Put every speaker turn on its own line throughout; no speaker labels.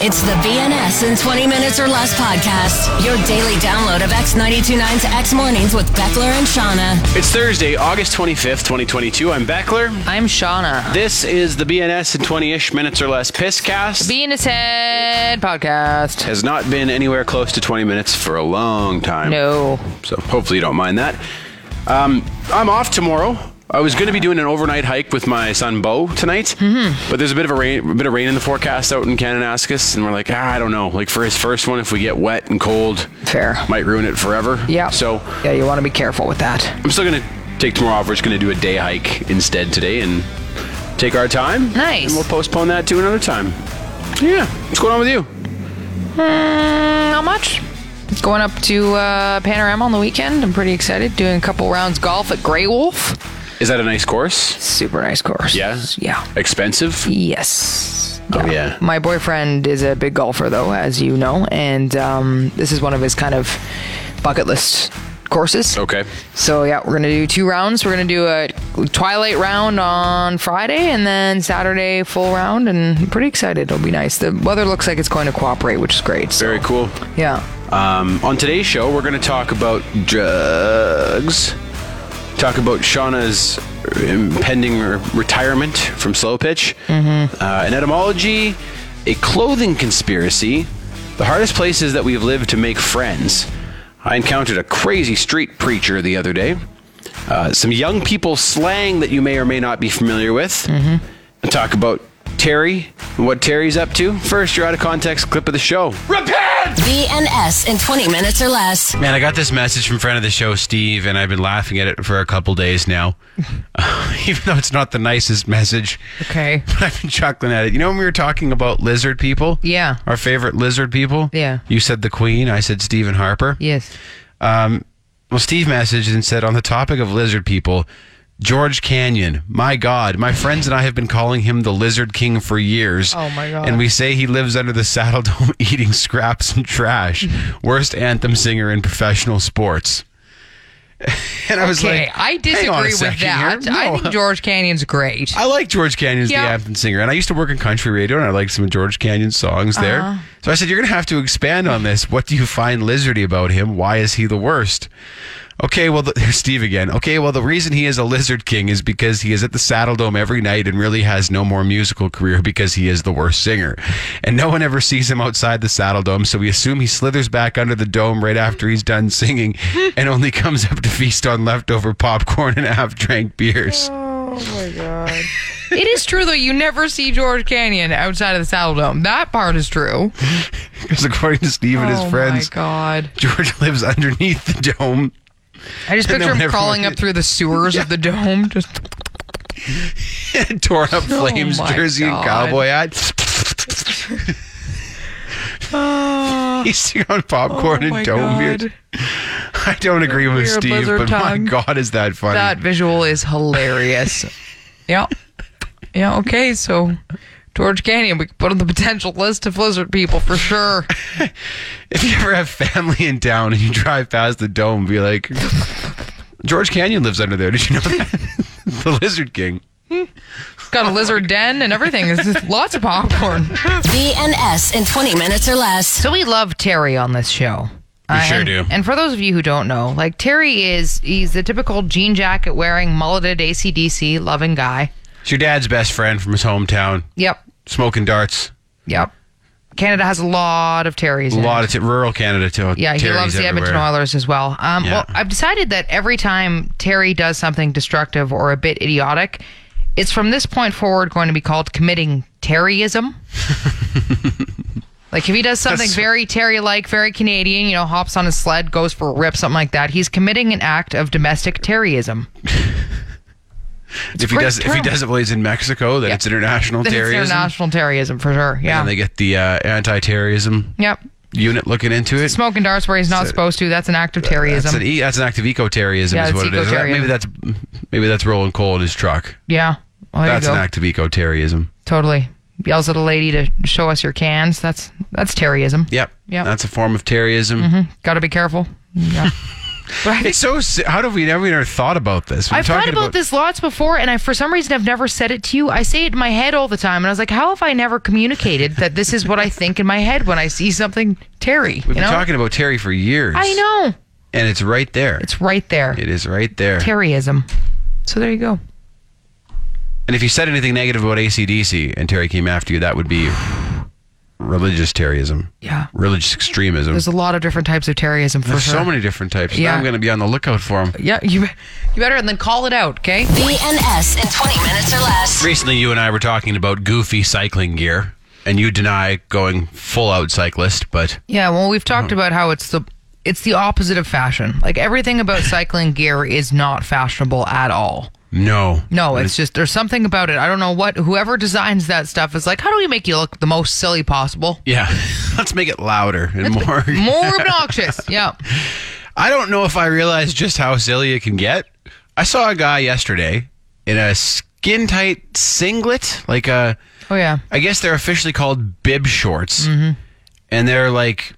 It's the BNS in 20 Minutes or Less podcast, your daily download of X929's X Mornings with Beckler and Shauna.
It's Thursday, August 25th, 2022. I'm Beckler.
I'm Shauna.
This is the BNS in 20 ish minutes or less Pisscast.
Being his head podcast.
Has not been anywhere close to 20 minutes for a long time.
No.
So hopefully you don't mind that. Um, I'm off tomorrow. I was going to be doing an overnight hike with my son Bo tonight,
Mm-hmm.
but there's a bit of a rain, a bit of rain in the forecast out in Kananaskis, and we're like, ah, I don't know. Like for his first one, if we get wet and cold,
Fair.
might ruin it forever.
Yeah.
So
Yeah, you want to be careful with that.
I'm still gonna take tomorrow off. We're just gonna do a day hike instead today and take our time.
Nice.
And we'll postpone that to another time. Yeah. What's going on with you?
Mm, not much. Going up to uh, Panorama on the weekend. I'm pretty excited. Doing a couple rounds golf at Grey Wolf.
Is that a nice course?
Super nice course.
Yeah.
Yeah.
Expensive?
Yes.
Oh, yeah.
My boyfriend is a big golfer, though, as you know, and um, this is one of his kind of bucket list courses.
Okay.
So yeah, we're gonna do two rounds. We're gonna do a twilight round on Friday, and then Saturday full round. And I'm pretty excited. It'll be nice. The weather looks like it's going to cooperate, which is great. So,
Very cool.
yeah.
Um, on today's show, we're going to talk about drugs, talk about Shauna's impending re- retirement from slow pitch, uh, an etymology, a clothing conspiracy, the hardest places that we've lived to make friends. I encountered a crazy street preacher the other day, uh, some young people slang that you may or may not be familiar with, and talk about Terry and what Terry's up to. First, your out of context clip of the show.
BNS in 20 Minutes or Less.
Man, I got this message from friend of the show, Steve, and I've been laughing at it for a couple days now. Even though it's not the nicest message,
Okay.
but I've been chuckling at it. You know when we were talking about lizard people?
Yeah.
Our favorite lizard people?
Yeah.
You said the Queen, I said Stephen Harper.
Yes.
Um, well, Steve messaged and said, on the topic of lizard people, George Canyon, my God, my friends and I have been calling him the Lizard King for years.
Oh, my God.
And we say he lives under the saddle dome eating scraps and trash. Worst anthem singer in professional sports. and I was
Okay.
like,
I
hang on a
disagree with
second here.
that. I
No.
think George Canyon's great.
I like George Canyon's the
Yeah.
anthem singer, and I used to work in country radio, and I liked some of George Canyon's songs there. So I said, "You're going to have to expand on this. What do you find lizardy about him? Why is he the worst?" Okay, well, the, here's Steve again. Okay, well, the reason he is a lizard king is because he is at the Saddle Dome every night and really has no more musical career because he is the worst singer, and no one ever sees him outside the Saddle Dome, so we assume he slithers back under the dome right after he's done singing, and only comes up to feast on leftover popcorn and half-drank beers.
it is true though. You never see George Canyon outside of the Saddle Dome. That part is true.
Because according to Steve and
oh
his friends,
my god.
George lives underneath the dome.
I just
And
picture
then
him
whenever
crawling
we-
up through the sewers of the dome. Just
Torn up flames,
Oh my
jersey, and
God.
cowboy hat. Feasting on popcorn
Ah. Oh my
and dome
God.
beers. I don't agree with
Weird
Steve,
lizard
but
tongue.
my God, is that funny?
That visual is hilarious. yeah. Yeah, okay, so George Canyon, we could put on the potential list of lizard people for sure.
If you ever have family in town and you drive past the dome, be like, George Canyon lives under there. Did you know that? the Lizard King.
Got a lizard den and everything. It's just lots of popcorn.
BNS in 20 Minutes or Less.
So we love Terry on this show. We
sure do.
And for those of you who don't know, like Terry is he's the typical jean jacket wearing, mulleted ACDC loving guy.
It's your dad's best friend from his hometown,
Yep.
smoking darts.
Yep. Canada has a lot of Terry's.
A
in it.
lot of t- rural Canada, too.
Yeah, he loves the Edmonton Oilers as well. Um,
Yeah.
Well, I've decided that every time Terry does something destructive or a bit idiotic, it's from this point forward going to be called committing Terryism. like if he does something
That's-
very Terry like, very Canadian, you know, hops on his sled, goes for a rip, something like that, he's committing an act of domestic Terryism.
If he
great
does, if he
term.
does it while he's in Mexico, then it's international
It's
terrorism.
international Terryism for sure. Yeah.
And they get the uh, anti-terrorism
yep.
unit looking into it.
Smoking darts where he's not supposed to. That's an act of Terryism.
That's an, e- that's an act of eco-terrorism,
Yeah,
is
it's
what it is.
eco-terrorism.
Maybe that's maybe that's rolling coal in his truck.
yeah. Well, there
that's
you
an
go.
act of eco-terrorism.
Totally. Yells at a lady to show us your cans. That's that's terrorism.
Yep.
Yep. Mm-hmm.
That's a form of terrorism.
Got to be careful. Yeah. But I think-
It's so. si- How do we never even thought about this? We're
I've thought
talking
about, this lots before, and I for some reason I've never said it to you. I say it in my head all the time, and I was like, "How have I never communicated that this is what I think in my head when I see something, Terry?"
We've
you
been
know?
talking about Terry for years.
I know
and it's right there. It's
it's right there,
right there.
Terryism. So there you go.
and if you said anything negative about ACDC and Terry came after you, that would be religious Terryism.
Yeah.
Religious extremism.
There's a lot of different types of Terryism for
There's
sure.
so many different types.
Yeah.
Now I'm going to be on the lookout for them.
Yeah, you you better and then call it out, okay?
BNS in 20 minutes or less.
Recently, you and I were talking about goofy cycling gear, and you deny going full out cyclist, but
Yeah, well, we've talked
Uh-huh.
about how it's the it's the opposite of fashion. Like everything about cycling gear is not fashionable at all.
no.
No, it's just there's something about it. I don't know what whoever designs that stuff is like. How do we make you look the most silly possible?
Yeah. Let's make it louder and more.
More obnoxious. Yeah.
I don't know if I realize just how silly it can get. I saw a guy yesterday in a skin tight singlet, like a,
Oh yeah.
I guess they're officially called bib shorts,
Mm-hmm.
and they're like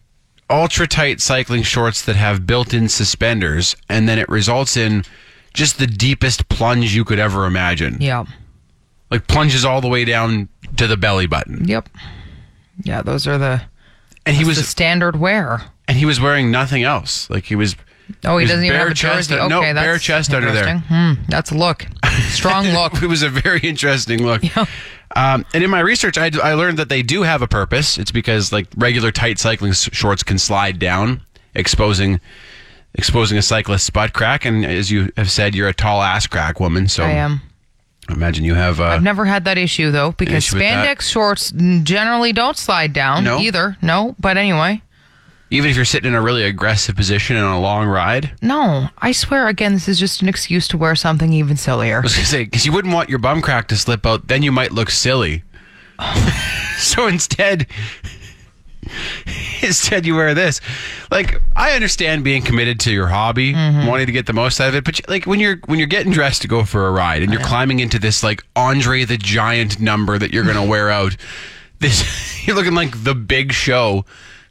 ultra tight cycling shorts that have built in suspenders, and then it results in just the deepest plunge you could ever imagine.
Yeah.
Like plunges all the way down to the belly button.
Yep. Yeah, those are the
And he
the
was
standard wear.
and he was wearing nothing else. Like he was
Oh, he
was
doesn't even have
bare
a
chest- Uh,
jersey. Okay,
no,
that's
bare chest under there.
interesting. Hmm, that's a look. Strong look.
It was a very interesting look. Um, and in my research, I, I learned that they do have a purpose. It's because like regular tight cycling s- shorts can slide down, exposing exposing a cyclist's butt crack. And as you have said, you're a tall ass crack woman. So
I am.
I imagine you have. Uh,
I've never had that issue though, because
issue with that?
spandex shorts generally don't slide down
No?
either. No, but anyway,
even if you're sitting in a really aggressive position on a long ride, I
no. I swear again, this is just an excuse to wear something even sillier.
was gonna say because you wouldn't want your bum crack to slip out. Then you might look silly. so instead. instead you wear this like i understand being committed to your hobby
Mm-hmm.
wanting to get the most out of it but you- like when you're when you're getting dressed to go for a ride and you're climbing into this like andre the giant number that you're gonna wear out this you're looking like the big show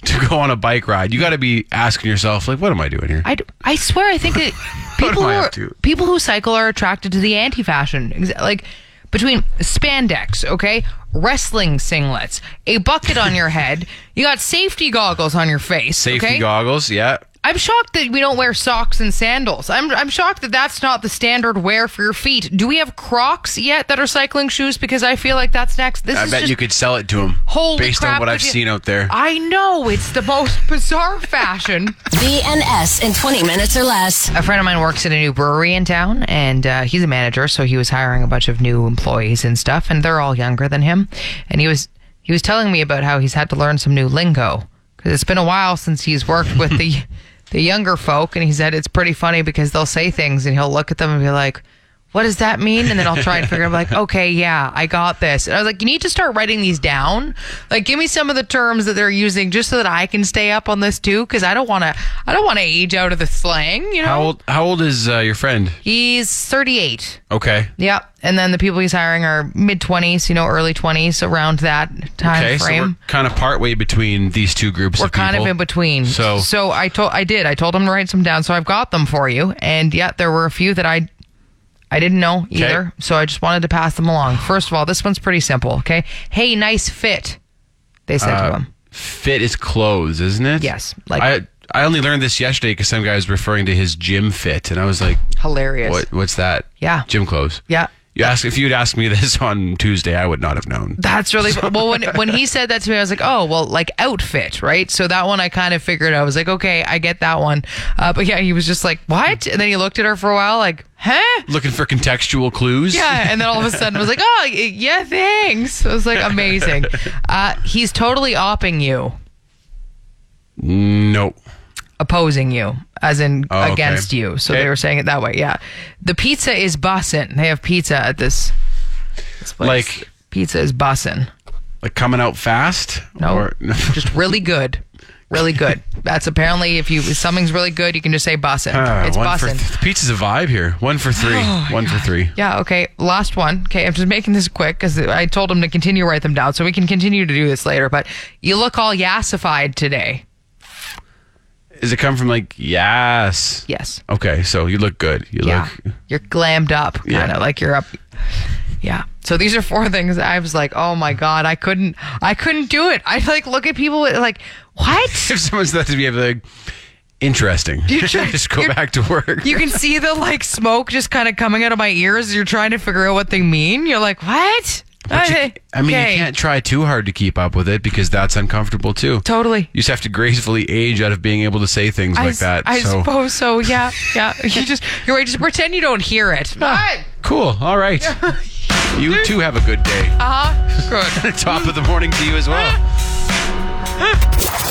to go on a bike ride you gotta be asking yourself like what am i doing here
I, d- I swear I think that people
am
who
I
are,
up to?
people who cycle are attracted to the anti-fashion Exa- like between spandex, okay, wrestling singlets, a bucket on your head, you got safety goggles on your face,
safety
okay?
goggles yeah
I'm shocked that we don't wear socks and sandals. I'm I'm shocked that that's not the standard wear for your feet. Do we have Crocs yet that are cycling shoes? Because I feel like that's next. This
i
is
bet
just,
you could sell it to him
Holy
based on
crap,
what
would
i've
you-
seen out there
I know it's the most bizarre fashion.
BNS in 20 minutes or less.
a friend of mine works at a new brewery in town and uh, he's a manager so he was hiring a bunch of new employees and stuff and they're all younger than him and he was he was telling me about how he's had to learn some new lingo because it's been a while since he's worked with the the younger folk and he said it's pretty funny because they'll say things and he'll look at them and be like what does that mean? And then I'll try and figure out, like, okay, yeah, I got this. And I was like, you need to start writing these down. Like, give me some of the terms that they're using just so that I can stay up on this too, because I don't want to, I don't want to age out of the slang, you know?
how old how old is uh, your friend
He's 38.
okay
Yep. And then the people he's hiring are mid 20s, you know, early 20s, around that time
Okay, so we're
frame.
kind of partway between these two groups.
we're
of
kind of
people.
in between.
So,
so I told I did. I told him to write some down. So I've got them for you. And yet there were a few that I I didn't know either. So I just wanted to pass them along. First of all, this one's pretty simple, okay? Hey, nice fit. They said
Uh,
to him.
fit is clothes, isn't it?
Yes, like-
I I only learned this yesterday because some guy was referring to his gym fit, and I was like,
Hilarious.
"What? What's that?
Yeah.
gym clothes.
Yeah.
You ask if you'd asked me this on Tuesday, I would not have known.
That's really well. When when he said that to me, I was like, "Oh, well, like outfit, right?" So that one I kind of figured. I was like, "Okay, I get that one." Uh, but yeah, he was just like, "What?" And then he looked at her for a while, like, "Huh?"
Looking for contextual clues.
Yeah, and then all of a sudden was like, "Oh, y- yeah, thanks." I was like, "Amazing." Uh, he's totally opping you,
No.
opposing you, as in
Oh, okay.
against you. So
Okay.
they were saying it that way. Yeah, the pizza is bussin'. They have pizza at this, this place.
Like-
pizza is bussin'.
Like coming out fast.
No,
Or,
just really good. Really good. That's apparently if you if something's really good, you can just say bussin'.
Ah,
it's
one for
bussin'.
th- pizza's a vibe here. One for three. One for three.
yeah. Okay. Last one. Okay. I'm just making this quick because I told him to continue to write them down, so we can continue to do this later. But you look all yassified today.
Does it come from like yes?
Yes.
Okay, so you look good. You
Yeah.
look
You're glammed up, kind of
Yeah.
like you're up. Yeah. So these are four things I was like, oh my god, I couldn't, I couldn't do it. I like look at people with, like, what?
if someone said that to me, I'd be like, interesting.
You try-
just go
you-
back to work.
You can see the like smoke just kind of coming out of my ears. You're trying to figure out what they mean. You're like, what?
But you-
Okay.
I mean,
Okay.
you can't try too hard to keep up with it because that's uncomfortable too.
Totally.
You just have to gracefully age out of being able to say things
I,
like
s-
that.
I
so
suppose so. Yeah. Yeah. You just, you're right. Just pretend you don't hear it.
Ah, cool. All right. you too have a good day.
Uh huh. Good.
Top of the morning to you as well.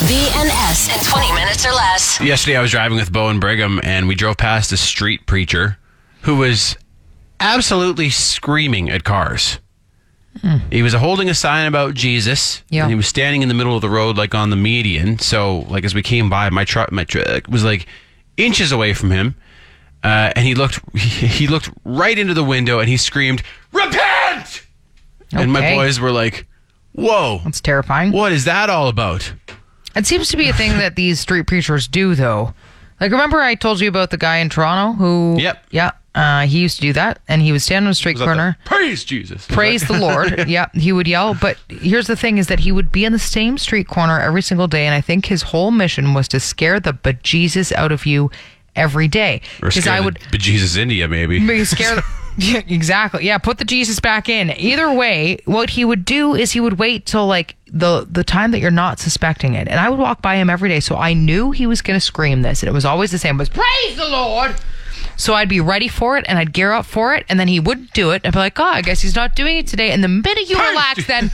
BNS in 20 minutes or less.
Yesterday, I was driving with Bo and Brigham, and we drove past a street preacher who was absolutely screaming at cars. He was holding a sign about Jesus,
Hmm. Yeah.
and he was standing in the middle of the road, like on the median. So, like as we came by, my truck, my truck was like inches away from him, uh, and he looked, he, he looked right into the window, and he screamed, "Repent!" And my
Okay.
boys were like, "Whoa,
That's terrifying.
what is that all about?"
It seems to be a thing that these street preachers do, though. Like, remember I told you about the guy in Toronto who?
Yep.
Yeah. Uh, he used to do that, and he would stand on a street
Was that the-
corner,
Praise Jesus.
praise the Lord. yeah, he would yell. But here's the thing: is that he would be on the same street corner every single day, and I think his whole mission was to scare the bejesus out of you every day.
Or
Because I would
But Jesus India, maybe.
be scared. yeah, exactly. Yeah, put the Jesus back in. Either way, what he would do is he would wait till like the the time that you're not suspecting it. And I would walk by him every day, so I knew he was going to scream this, and it was always the same. It was praise the Lord. So I'd be ready for it, and I'd gear up for it, and then he would do it. I'd be like, oh, I guess he's not doing it today. And the minute you relax, then.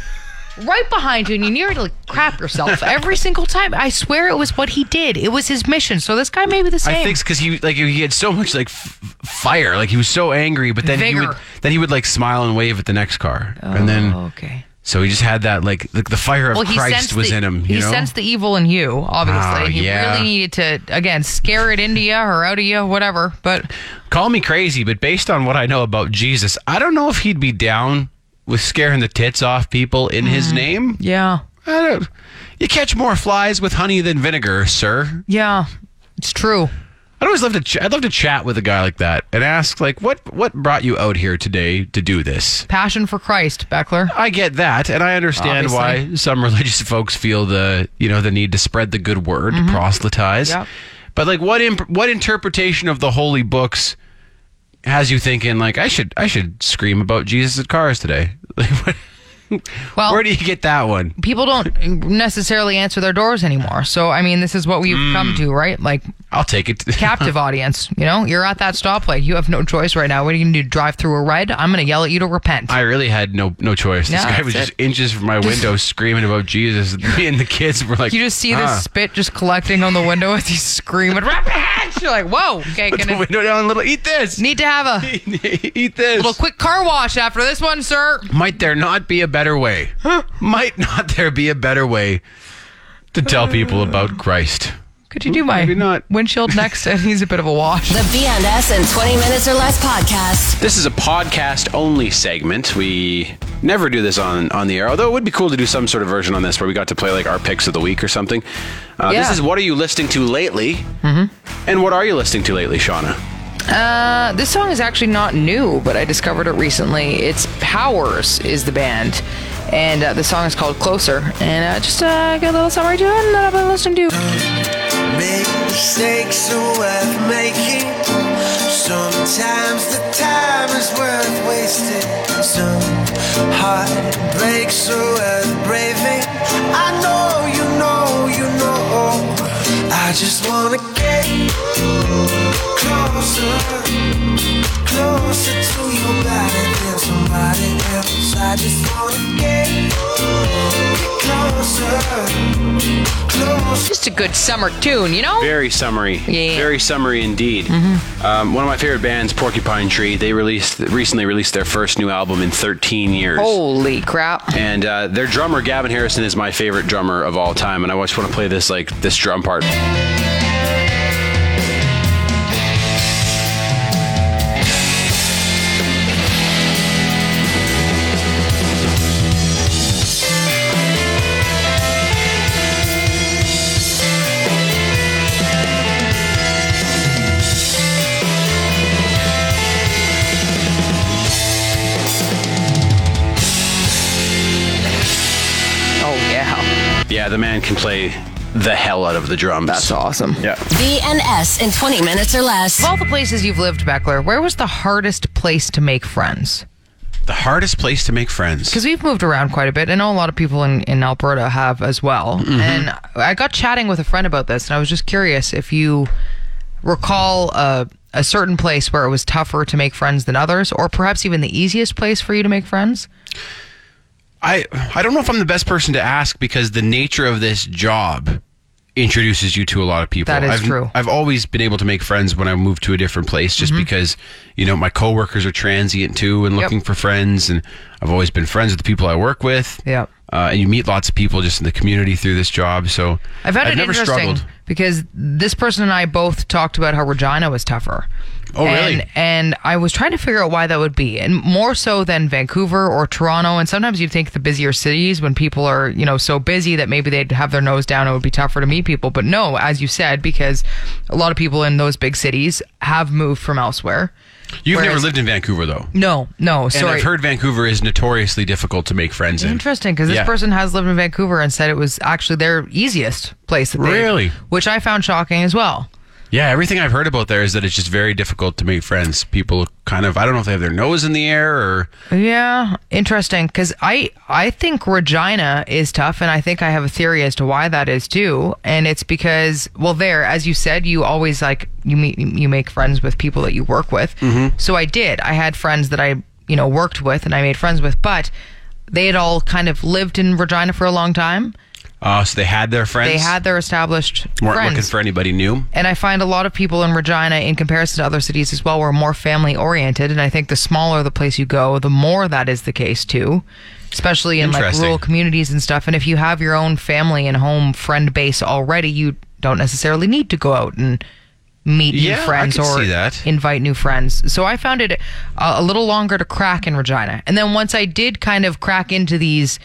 Right behind you, and you nearly like, crap yourself every single time. I swear it was what he did. It was his mission. So this guy may be the same.
I think because he like he had so much like f- f- fire, like he was so angry, but then he would
Vigor.
then he would like smile and wave at the next car, and then
okay.
so he just had that like the, the fire of
well, he
Christ
sensed
was
the,
in him. You
he
know?
sensed the evil in you, obviously.
Ah,
he
yeah.
really needed to again scare it into you or out of you, whatever. But
Call me crazy, but based on what I know about Jesus, I don't know if he'd be down with scaring the tits off people in
Mm.
his name.
yeah,
I don't. You catch more flies with honey than vinegar, sir.
yeah, it's true.
I'd always love to. Ch- I'd love to chat with a guy like that and ask, like, what what brought you out here today to do this?
Passion for Christ, Beckler.
I get that, and I understand
Obviously.
why some religious folks feel the you know the need to spread the good word, proselytize.
Mm-hmm. Yep.
But like, what imp- what interpretation of the holy books has you thinking like I should I should scream about Jesus at cars today? Like, what,
Well,
where do you get that one?
people don't necessarily answer their doors anymore. So I mean, this is what we've
Hmm.
come to, right? Like
I'll take it.
captive audience. You know, you're at that stoplight. You have no choice right now. What are you going to do? Drive through a red? I'm going to yell at you to repent.
I really had no no choice. This
No,
guy was
that's
just inches from my window screaming about Jesus. Me and the kids were like,
you just see
"Huh."
this spit just collecting on the window as he's screaming, repent! You're like, whoa, okay,
Put the
gonna
window down a little. Eat this.
need to have a
Eat this.
little quick car wash after this one, sir.
Might there not be a better way? Might not there be a better way to tell
Uh.
people about Christ?
Could you do my
Maybe not.
windshield next? And he's a bit of a wash.
The BNS in 20 minutes or less podcast.
This is a podcast only segment. We never do this on on the air, although it would be cool to do some sort of version on this where we got to play like our picks of the week or something. Uh, This
Yeah. Mm-hmm.
is what are you listening to lately, and what are you listening to lately, Shauna?
Uh, this song is actually not new, but I discovered it recently. It's Powers is the band, and uh, the song is called Closer. And uh, just uh, get a little summary to it and that I've been listening to.
Make mistakes are worth making. Sometimes the time is worth wasting. Some heartbreaks are worth braving. I know you know you know. I just wanna get closer, closer to your body than somebody else. I just wanna get closer, closer.
Just a good summer tune, you know?
Very summery.
Yeah. Mm-hmm.
Very summery indeed. Um, one of my favorite bands, Porcupine Tree, they released recently released their first new album in 13 years.
Holy crap.
And uh, their drummer Gavin Harrison is my favorite drummer of all time, and I just want to play this like this drum part.
Oh,
Yeah, the man can play the hell out of the drums.
That's awesome.
Yeah.
BNS in 20 minutes or less.
Of all the places you've lived, Beckler, where was the hardest place to make friends?
The hardest place to make friends.
Because we've moved around quite a bit. I know a lot of people in, in Alberta have as well. And I got chatting with a friend about this, and I was just curious if you recall a, a certain place where it was tougher to make friends than others, or perhaps even the easiest place for you to make friends.
I I don't know if I'm the best person to ask because the nature of this job introduces you to a lot of people.
That is
I've,
true. Mm-hmm.
I've always been able to make friends when I moved to a different place just because, you know, my coworkers are transient too and
Yep.
looking for friends and I've always been friends with the people I work with.
Yep.
Uh, and you meet lots of people just in the community through this job. So
I found it
never
interesting
struggled.
because this person and I both talked about how Regina was tougher.
Oh, really?
And, and I was trying to figure out why that would be, and more so than Vancouver or Toronto. And sometimes you think the busier cities, when people are you know so busy that maybe they'd have their nose down, it would be tougher to meet people. But no, as you said, because a lot of people in those big cities have moved from elsewhere.
You've never
Whereas-
lived in Vancouver though.
No, no,
And
sorry.
I've heard Vancouver is notoriously difficult to make friends in.
Interesting, because this
Yeah.
person has lived in Vancouver and said it was actually their easiest place. That they,
Really?
which I found shocking as well.
Yeah, everything I've heard about there is that it's just very difficult to make friends. People kind of, I don't know if they have their nose in the air or.
Yeah, interesting. Because I I think Regina is tough, and I think I have a theory as to why that is too. And it's because, well, there, as you said, you always like you meet you make friends with people that you work with. So I did. I had friends that I you know worked with and I made friends with, but they had all kind of lived in Regina for a long time.
Uh, so they had their friends.
They had their established
weren't
friends.
looking for anybody new.
And I find a lot of people in Regina, in comparison to other cities as well, were more family oriented. And I think the smaller the place you go, the more that is the case too, especially in like
Interesting.
rural communities and stuff. And if you have your own family and home friend base already, you don't necessarily need to go out and meet
Yeah,
new
I
friends
could
or
see that.
invite new friends. So I found it a, a little longer to crack in Regina. And then once I did kind of crack into these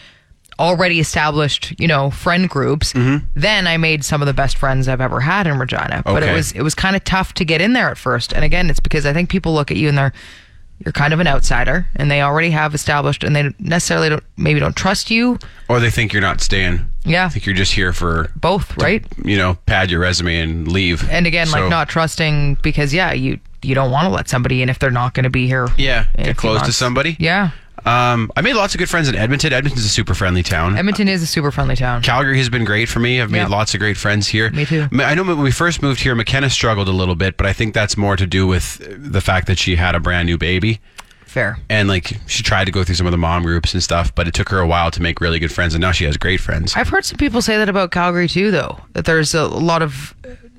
already established, you know, friend groups,
Mm-hmm.
then I made some of the best friends I've ever had in Regina. But it
Okay.
was it was kind of tough to get in there at first. And again, it's because I think people look at you and they're you're kind of an outsider and they already have established and they necessarily don't maybe don't trust you.
Or they think you're not staying.
Yeah.
I think you're just here for,
Both, right?
you know, pad your resume and leave.
And again,
So,
like not trusting because yeah, you you don't want to let somebody in if they're not going to be here.
Yeah,
in a
get
few
close to
months.
somebody.
Yeah.
Um, I made lots of good friends in Edmonton. Edmonton's a super friendly town.
Edmonton is a super friendly town.
Calgary has been great for me. I've made
Yep.
lots of great friends here.
Me too.
I know when we first moved here, McKenna struggled a little bit, but I think that's more to do with the fact that she had a brand new baby.
Fair.
and like she tried to go through some of the mom groups and stuff, but it took her a while to make really good friends, and now she has great friends.
I've heard some people say that about Calgary too, though. That there's a lot of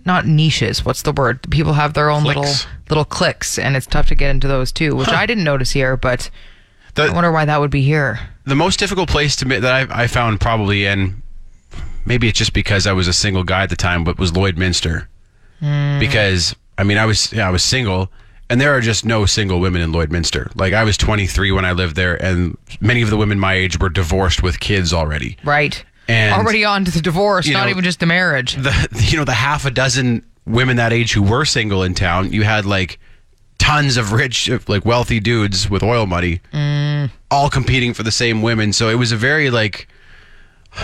not niches. What's the word? People have their own
Cliques.
little little cliques, and it's tough to get into those too, which I didn't notice here. But I
The,
wonder why that would be here.
the most difficult place to ma- that I, I found probably, and maybe it's just because I was a single guy at the time, but was Lloydminster, because I mean I was yeah, I was single, and there are just no single women in Lloydminster. Like I was 23 when I lived there, and many of the women my age were divorced with kids already.
Right.
And-
Already on to the divorce,
You
not
know,
even just the marriage.
the you know the half a dozen women that age who were single in town you had like tons of rich like wealthy dudes with oil money all competing for the same women so it was a very like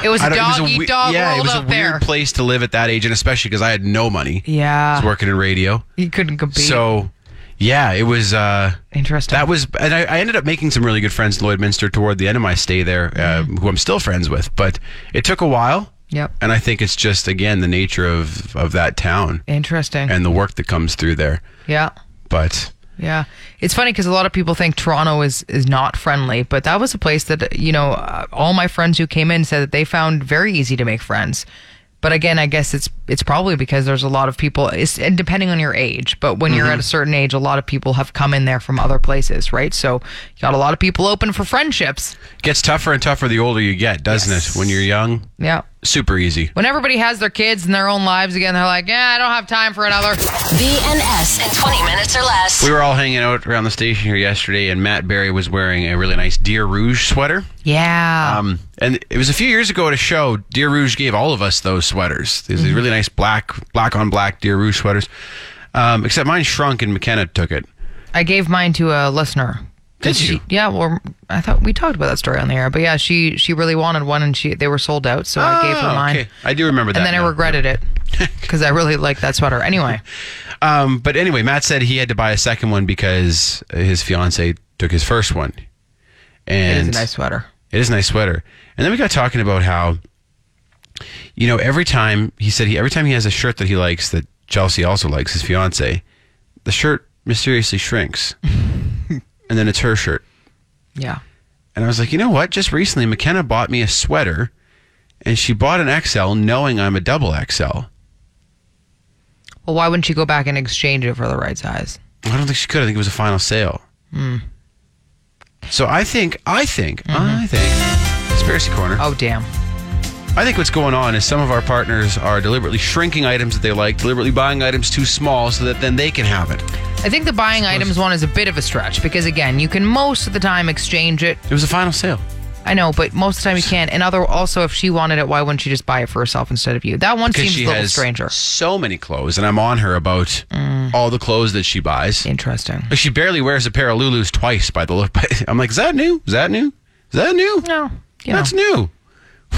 it was
I
a
don't- it was
dog eat
we-
dog
yeah it
world
was a
out
weird
there.
place to live at that age and especially because i had no money i
yeah.
was working in radio
You couldn't compete.
so yeah it was uh
interesting.
that was and I, I ended up making some really good friends in lloydminster toward the end of my stay there uh,
Mm-hmm.
who i'm still friends with but it took a while
Yep.
and i think it's just again the nature of of that town
interesting.
and the work that comes through there.
yeah.
But
Yeah, it's funny because a lot of people think Toronto is is not friendly, but that was a place that you know uh, all my friends who came in said that they found very easy to make friends. But again, I guess it's it's probably because there's a lot of people. It's, and depending on your age, but when you're at a certain age, a lot of people have come in there from other places, right? So you got a lot of people open for friendships.
it gets tougher and tougher the older you get, doesn't it? When you're young,
Yeah.
super easy.
When everybody has their kids and their own lives again, they're like, yeah, I don't have time for another.
BNS in 20 minutes or less.
We were all hanging out around the station here yesterday, and Matt Berry was wearing a really nice Deer Rouge sweater.
Yeah.
Um, and it was a few years ago at a show. Deer Rouge gave all of us those sweaters. These
Mm-hmm.
are really nice black, black on black Deer Rouge sweaters. Um, except mine shrunk and McKenna took it.
I gave mine to a listener
Did
she,
you?
yeah, well, I thought we talked about that story on the air, but yeah, she she really wanted one, and she they were sold out, so I gave her
Oh,
mine,
okay. I do remember that.
and then I
now.
regretted it because I really liked that sweater. Anyway,
Um, but anyway, Matt said he had to buy a second one because his fiance took his first one.
it
And
is a nice sweater.
It is a nice sweater. And then we got talking about how, you know, every time he said he every time he has a shirt that he likes that Chelsea also likes, his fiance, the shirt mysteriously shrinks, and then it's her shirt.
Yeah,
And I was like, you know what? Just recently, McKenna bought me a sweater, and she bought an XL knowing I'm a double XL.
well, why wouldn't you go back and exchange it for the right size?
I don't think she could. I think it was a final sale. So I think, I think, I think, conspiracy corner.
Oh damn,
I think what's going on is some of our partners are deliberately shrinking items that they like, deliberately buying items too small so that then they can have it.
I think the buying items one is a bit of a stretch because again, you can most of the time exchange it.
It was a final sale.
I know, but most of the time you can't. And other also, if she wanted it, why wouldn't she just buy it for herself instead of you? That one
Because
seems
she
a little
has
stranger. Mm.
so many clothes, and I'm on her about all the clothes that she buys.
Interesting.
Like, She barely wears a pair of Lulus twice by the look. I'm like, is that new? Is that new? Is that new?
No, you know,
That's
that's,
new.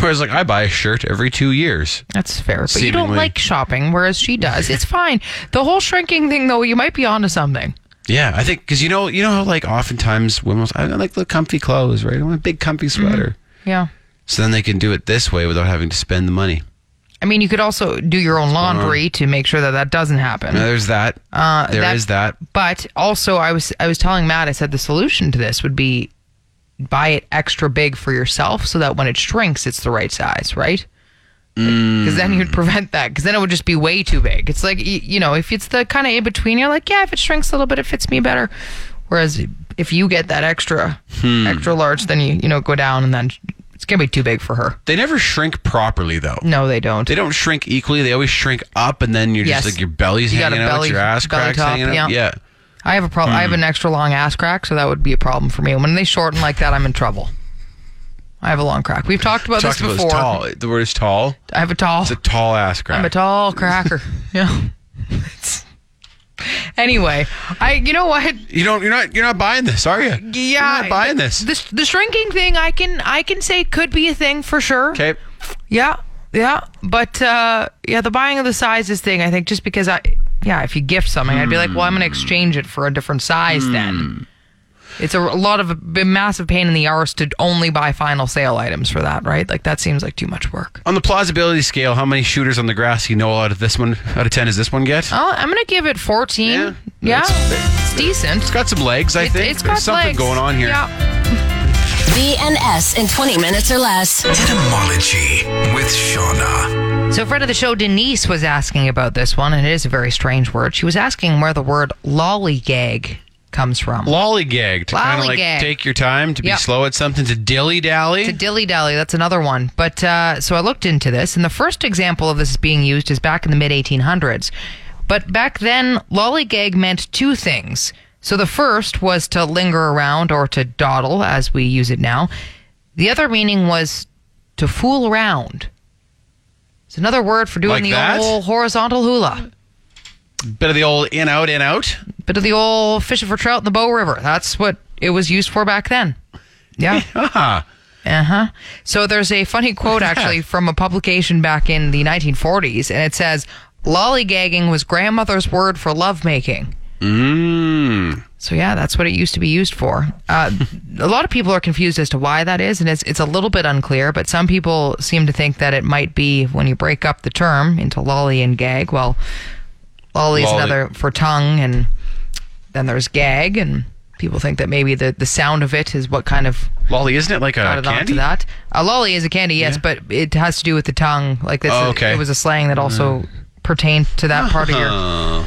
Whereas, like, I buy a shirt every two years.
fair. But you don't
Seemingly.
like shopping, whereas she does. It's fine. The whole shrinking thing, though, you might be onto something.
Yeah, I think because you know, you know how like oftentimes women, will say, I like the comfy clothes, right? I want a big comfy
Mm-hmm.
sweater.
Yeah.
So then they can do it this way without having to spend the money.
I mean, you could also do your own laundry to make sure that that doesn't happen.
Now, there's that. Uh, there is that.
But also, I was I was telling Matt, I said the solution to this would be buy it extra big for yourself, so that when it shrinks, it's the right size, right? Because then you'd prevent that. Because then it would just be way too big. It's like y- you know, if it's the kind of in between, you're like, yeah, if it shrinks a little bit, it fits me better. Whereas if you get that extra extra large, then you you know go down, and then it's gonna be too big for her.
They never shrink properly, though.
No, they don't.
They don't shrink equally. They always shrink up, and then you're
Yes.
just like your belly's
You got
hanging
a
out,
belly-
your ass
belly
cracks
top,
hanging out.
yeah.
Yeah.
I have a problem.
Hmm.
I have an extra long ass crack, so that would be a problem for me. And when they shorten like that, I'm in trouble. I have a long crack. We've talked about
Talked
this
about
before.
is tall. The word is tall.
I have a tall.
It's a tall ass crack.
I'm a tall cracker. yeah. It's- anyway, I you know what?
You don't. You're not. You're not buying this, are you?
Yeah,
You're not buying this.
The, the shrinking thing, I can I can say could be a thing for sure.
okay.
Yeah, yeah, but uh, yeah, the buying of the sizes thing. I think just because I, yeah, if you gift something, I'd be like, well, I'm going to exchange it for a different size
Hmm.
then. It's a, a lot of a b- massive pain in the arse to only buy final sale items for that, right? Like that seems like too much work.
On the plausibility scale, how many shooters on the grass you know out of this one? Out of ten, is this one get?
Oh, I'm going to give it 14. Yeah,
Yeah,
it's, decent.
It's got some legs, I think.
it's
There's
got
something
legs.
going on here.
Yeah.
BNS in 20 minutes or less.
Etymology with Shauna.
So, friend of the show Denise was asking about this one, and it is a very strange word. She was asking where the word lollygag comes from.
Lollygag to kind of like
Lollygag.
take your time to be
Yep.
slow at something to dilly dally.
To dilly dally, that's another one. But uh, so I looked into this, and the first example of this being used is back in the mid 1800s. But back then, lollygag meant two things. So the first was to linger around or to dawdle, as we use it now. The other meaning was to fool around. It's another word for doing
Like
the
that?
old horizontal hula.
Bit of the old in out in out.
Bit of the old fishing for trout in the Bow River. That's what it was used for back then. Yeah.
Ah,
Uh huh. So there's a funny quote actually from a publication back in the 1940s, and it says, "Lollygagging was grandmother's word for lovemaking."
mm.
So yeah, that's what it used to be used for. Uh, a lot of people are confused as to why that is, and it's it's a little bit unclear. But some people seem to think that it might be when you break up the term into lolly and gag. Well, lolly is
Lolly.
another for tongue, and then there's gag, and people think that maybe the the sound of it is what kind of
lolly, isn't it like a
added on to
Uh, candy?
that. A lolly is a candy, yes, but it has to do with the tongue. Like this,
Oh, okay. Mm.
it was a slang that also pertained to that part of your
Uh,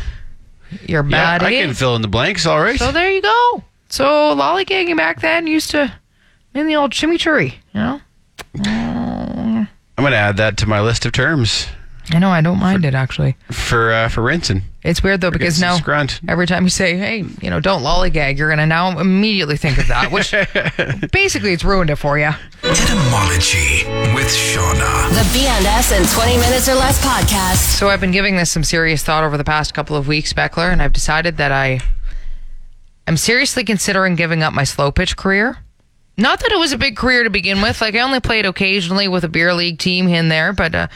your
yeah, I
body.
can fill in the blanks. All right.
so there you go. So lollygagging back then used to in the old chimichurri, you know.
I'm gonna add that to my list of terms
I know I don't mind it actually.
for uh, for rinsing.
It's weird though because
some
now
scrunt.
every time you say, "Hey, you know, don't lollygag," you're gonna now immediately think of that, which basically it's ruined it for you.
Etymology with Shauna.
The BNS in 20 minutes or less podcast.
So I've been giving this some serious thought over the past couple of weeks, Beckler, and I've decided that I I'm seriously considering giving up my slow pitch career. Not that it was a big career to begin with. Like I only played occasionally with a beer league team here and there, but uh,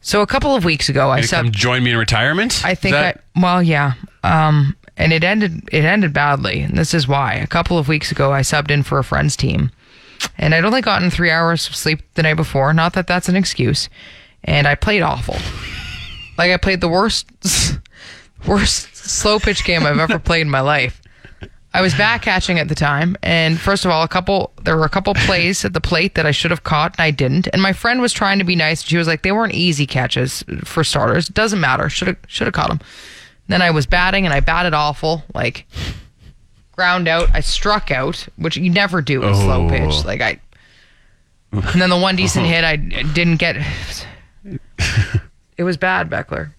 so a couple of weeks ago I
Gonna
subbed.
come join me in retirement?
I
Is
think
that-
I well, yeah. Um and it ended it ended badly. And this is why. A couple of weeks ago I subbed in for a friend's team. And I'd only gotten 3 hours of sleep the night before, not that that's an excuse. And I played awful. Like I played the worst worst slow pitch game I've ever played in my life. I was back catching at the time, and first of all, a couple there were a couple plays at the plate that I should have caught and I didn't. And my friend was trying to be nice. She was like, "They weren't easy catches for starters. It doesn't matter. Should have should have caught them." Then I was batting and I batted awful, like ground out. I struck out, which you never do in a slow pitch. Like I, and then the one decent hit I didn't get. It was bad, Beckler.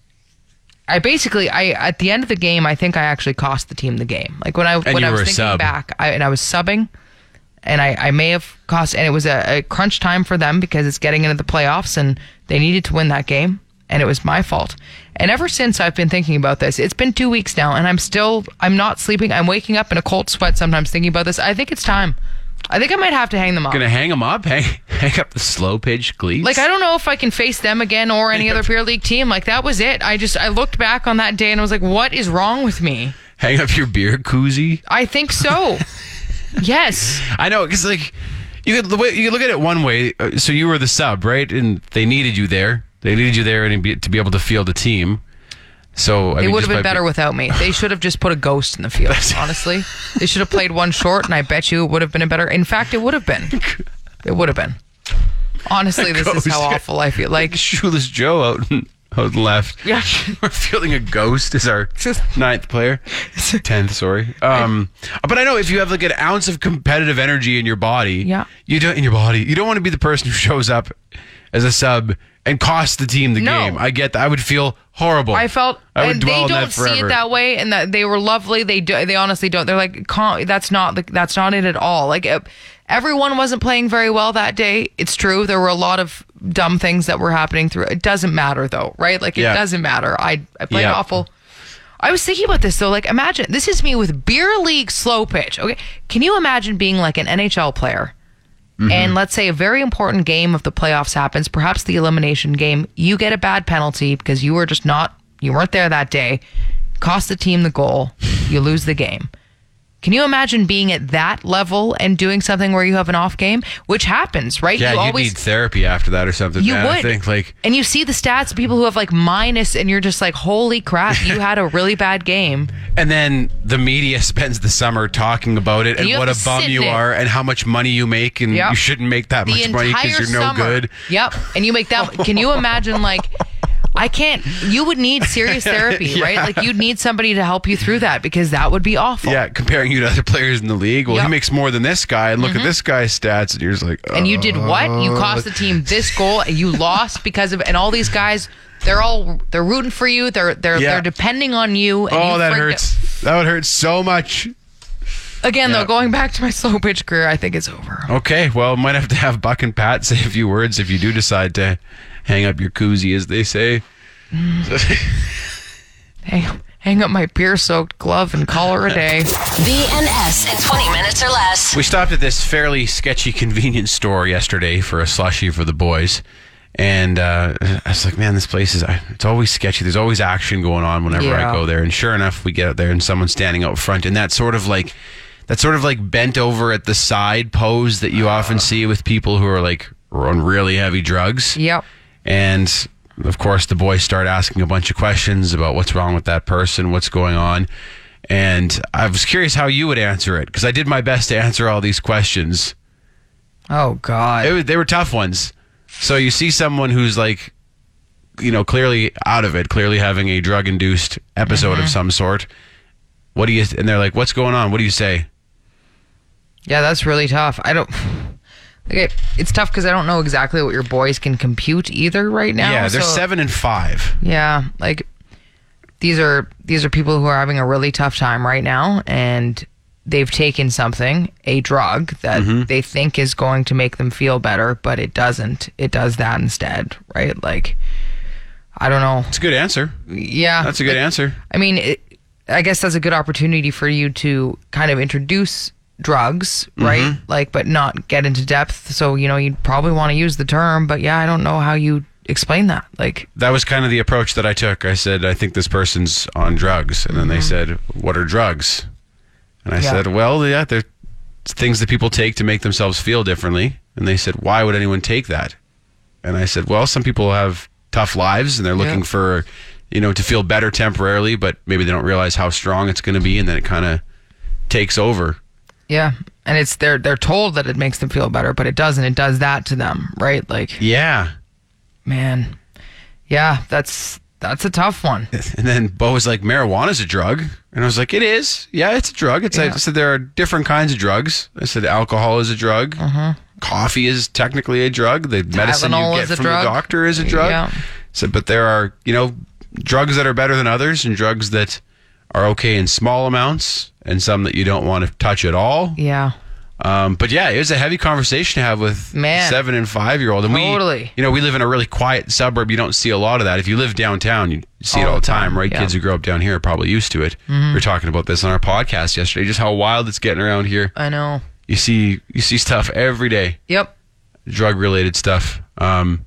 I basically, I at the end of the game, I think I actually cost the team the game. Like when I when
you
I was
were a
thinking
sub.
back, I, and I was subbing, and I, I may have cost, and it was a, a crunch time for them because it's getting into the playoffs, and they needed to win that game, and it was my fault. And ever since I've been thinking about this, it's been two weeks now, and I'm still, I'm not sleeping. I'm waking up in a cold sweat sometimes thinking about this. I think it's time. I think I might have to hang them up.
Gonna hang them up, hang, hang up the slow pitch glees.
Like I don't know if I can face them again or any other beer league team. Like that was it. I just I looked back on that day and I was like, what is wrong with me?
hang up your beer koozie.
I think so. yes.
I know because like you could the way- you could look at it one way. uh, So you were the sub, right? And they needed you there. They needed you there and be, to be able to field a team. So I
It
mean,
would have
just
been
by
better
be-
without me. They should have just put a ghost in the field, honestly. They should have played one short and I bet you it would have been a better in fact it would have been. It would have been. Honestly, this is
Ghost.
how awful I feel. Like
shoeless Joe out in, out in left.
Yeah.
we're fielding a ghost as our ninth player, tenth. Sorry. Um, but I know if you have like an ounce of competitive energy in your body,
Yeah.
you don't in your body. You don't want to be the person who shows up as a sub and costs the team the
No.
game. I get that. I would feel horrible.
I felt,
I would
and
dwell
they
on
don't
that
see
forever.
it that way, and that they were lovely. They do, they honestly don't. They're like, "Con- that's not the, that's not it at all. Like e- everyone wasn't playing very well that day. It's true. There were a lot of dumb things that were happening through. It doesn't matter though, right? Like it
Yeah.
doesn't matter. I I played
Yeah.
awful. I was thinking about this though. Like imagine this is me with beer league slow pitch. Okay, can you imagine being like an NHL player?
Mm-hmm.
and let's say a very important game of the playoffs happens, perhaps the elimination game, you get a bad penalty because you were just not you weren't there that day, cost the team the goal, you lose the game. Can you imagine being at that level and doing something where you have an off game, which happens, right?
Yeah, you need therapy after that or something.
you
man.
would
I think like
and you see the stats of people who have like minus and you're just like holy crap you had a really bad game
And then the media spends the summer talking about it and
You have
what a
to
bum
sit
you
in it.
are and how much money you make and
Yep.
you shouldn't make that much money because you're no good.
Yep. And you make that. Can you imagine like? I can't. You would need serious therapy, right? Like you'd need somebody to help you through that because that would be awful.
Yeah, comparing you to other players in the league. Well,
Yep. Mm-hmm.
he makes more than this guy, and look at this guy's stats, and you're just like,
And you did what? You
Uh,
cost the team this goal, and you lost because of. And all these guys, they're all they're rooting for you. They're they're
Yeah.
they're depending on you. And
oh,
you
that
freaked
hurts. That would hurt so much.
out. Again,
Yeah.
though, going back to my slow pitch career, I think it's over.
Okay, well, might have to have Buck and Pat say a few words if you do decide to hang up your koozie, as they say.
Hang, hang up my beer soaked glove and call her a day.
BNS in 20 minutes or less.
We stopped at this fairly sketchy convenience store yesterday for a slushie for the boys. And uh, I was like, man, this place is, it's always sketchy. There's always action going on whenever
Yeah.
I go there. And sure enough, we get out there and someone's standing out front. And that sort of like, that sort of like bent over at the side pose that you often see with people who are like on really heavy drugs.
Yep.
And of course, the boys start asking a bunch of questions about what's wrong with that person, what's going on. And I was curious how you would answer it because I did my best to answer all these questions.
Oh God.
It was, they were tough ones. So you see someone who's like, you know, clearly out of it, clearly having a drug induced episode of some sort. What do you, and they're like, what's going on? What do you say?
Yeah, that's really tough. I don't. Okay, it's tough because I don't know exactly what your boys can compute either right now.
yeah, they're
so-
seven and five.
Yeah, like these are these are people who are having a really tough time right now, and they've taken something, a drug that
Mm-hmm.
they think is going to make them feel better, but it doesn't. It does that instead, right? Like, I don't know.
It's a good answer.
Yeah,
That's a good
like,
answer.
I mean, it, I guess that's a good opportunity for you to kind of introduce drugs,
Mm-hmm.
right? Like, but not get into depth. So, you know, you'd probably want to use the term, but yeah, I don't know how you explain that. Like,
that was kind of the approach that I took. I said, I think this person's on drugs. And then they said, What are drugs? And I
Mm-hmm. Yeah.
said, Well, yeah, they're things that people take to make themselves feel differently. And they said, Why would anyone take that? And I said, Well, some people have tough lives and they're looking
Yeah.
for, you know, to feel better temporarily, but maybe they don't realize how strong it's going to be. And then it kind of takes over.
yeah. And it's they're they're told that it makes them feel better, but it doesn't. It does that to them, right? Like,
Yeah.
man, yeah, that's that's a tough one.
And then Bo was like, marijuana's a drug. And I was like, it is. Yeah, it's a drug. It's
Yeah.
I said there are different kinds of drugs. I said alcohol is a drug. Coffee is technically a drug. The medicine
Mm-hmm. Tylenol
you get
is a
from
drug.
the doctor is a drug.
Yeah.
So, but there are, you know, drugs that are better than others and drugs that are okay in small amounts and some that you don't want to touch at all.
Yeah,
Um, but yeah, it was a heavy conversation to have with
Man.
seven and five year old. And
Totally.
we, you know, we live in a really quiet suburb. You don't see a lot of that. If you live downtown, you see it all the time, right?
yeah. Mm-hmm.
Kids who grow up down here are probably used to it. We were talking about this on our podcast yesterday, just how wild it's getting around here.
I know.
You see, you see stuff every day,
Yep.
drug related stuff. Um,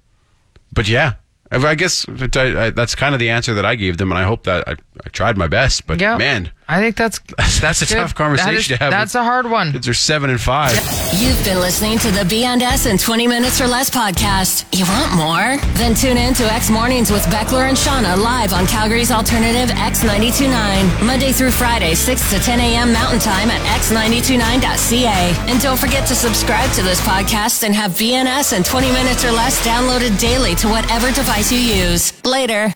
but yeah, I I guess that- I- I- that's kind of the answer that I gave them, and I hope that I, I tried my best. But
Yeah.
man,
I think that's
that's a
good.
tough
That
conversation
is-
to have.
That's a hard one.
Kids are seven and five.
You've been listening to the BNS in 20 Minutes or Less podcast. You want more? Then tune in to X Mornings with Beckler and Shauna live on Calgary's alternative X929, Monday through Friday, 6 to 10 a.m. Mountain Time at x929.ca. And don't forget to subscribe to this podcast and have BNS in 20 Minutes or Less downloaded daily to whatever device you use. Later.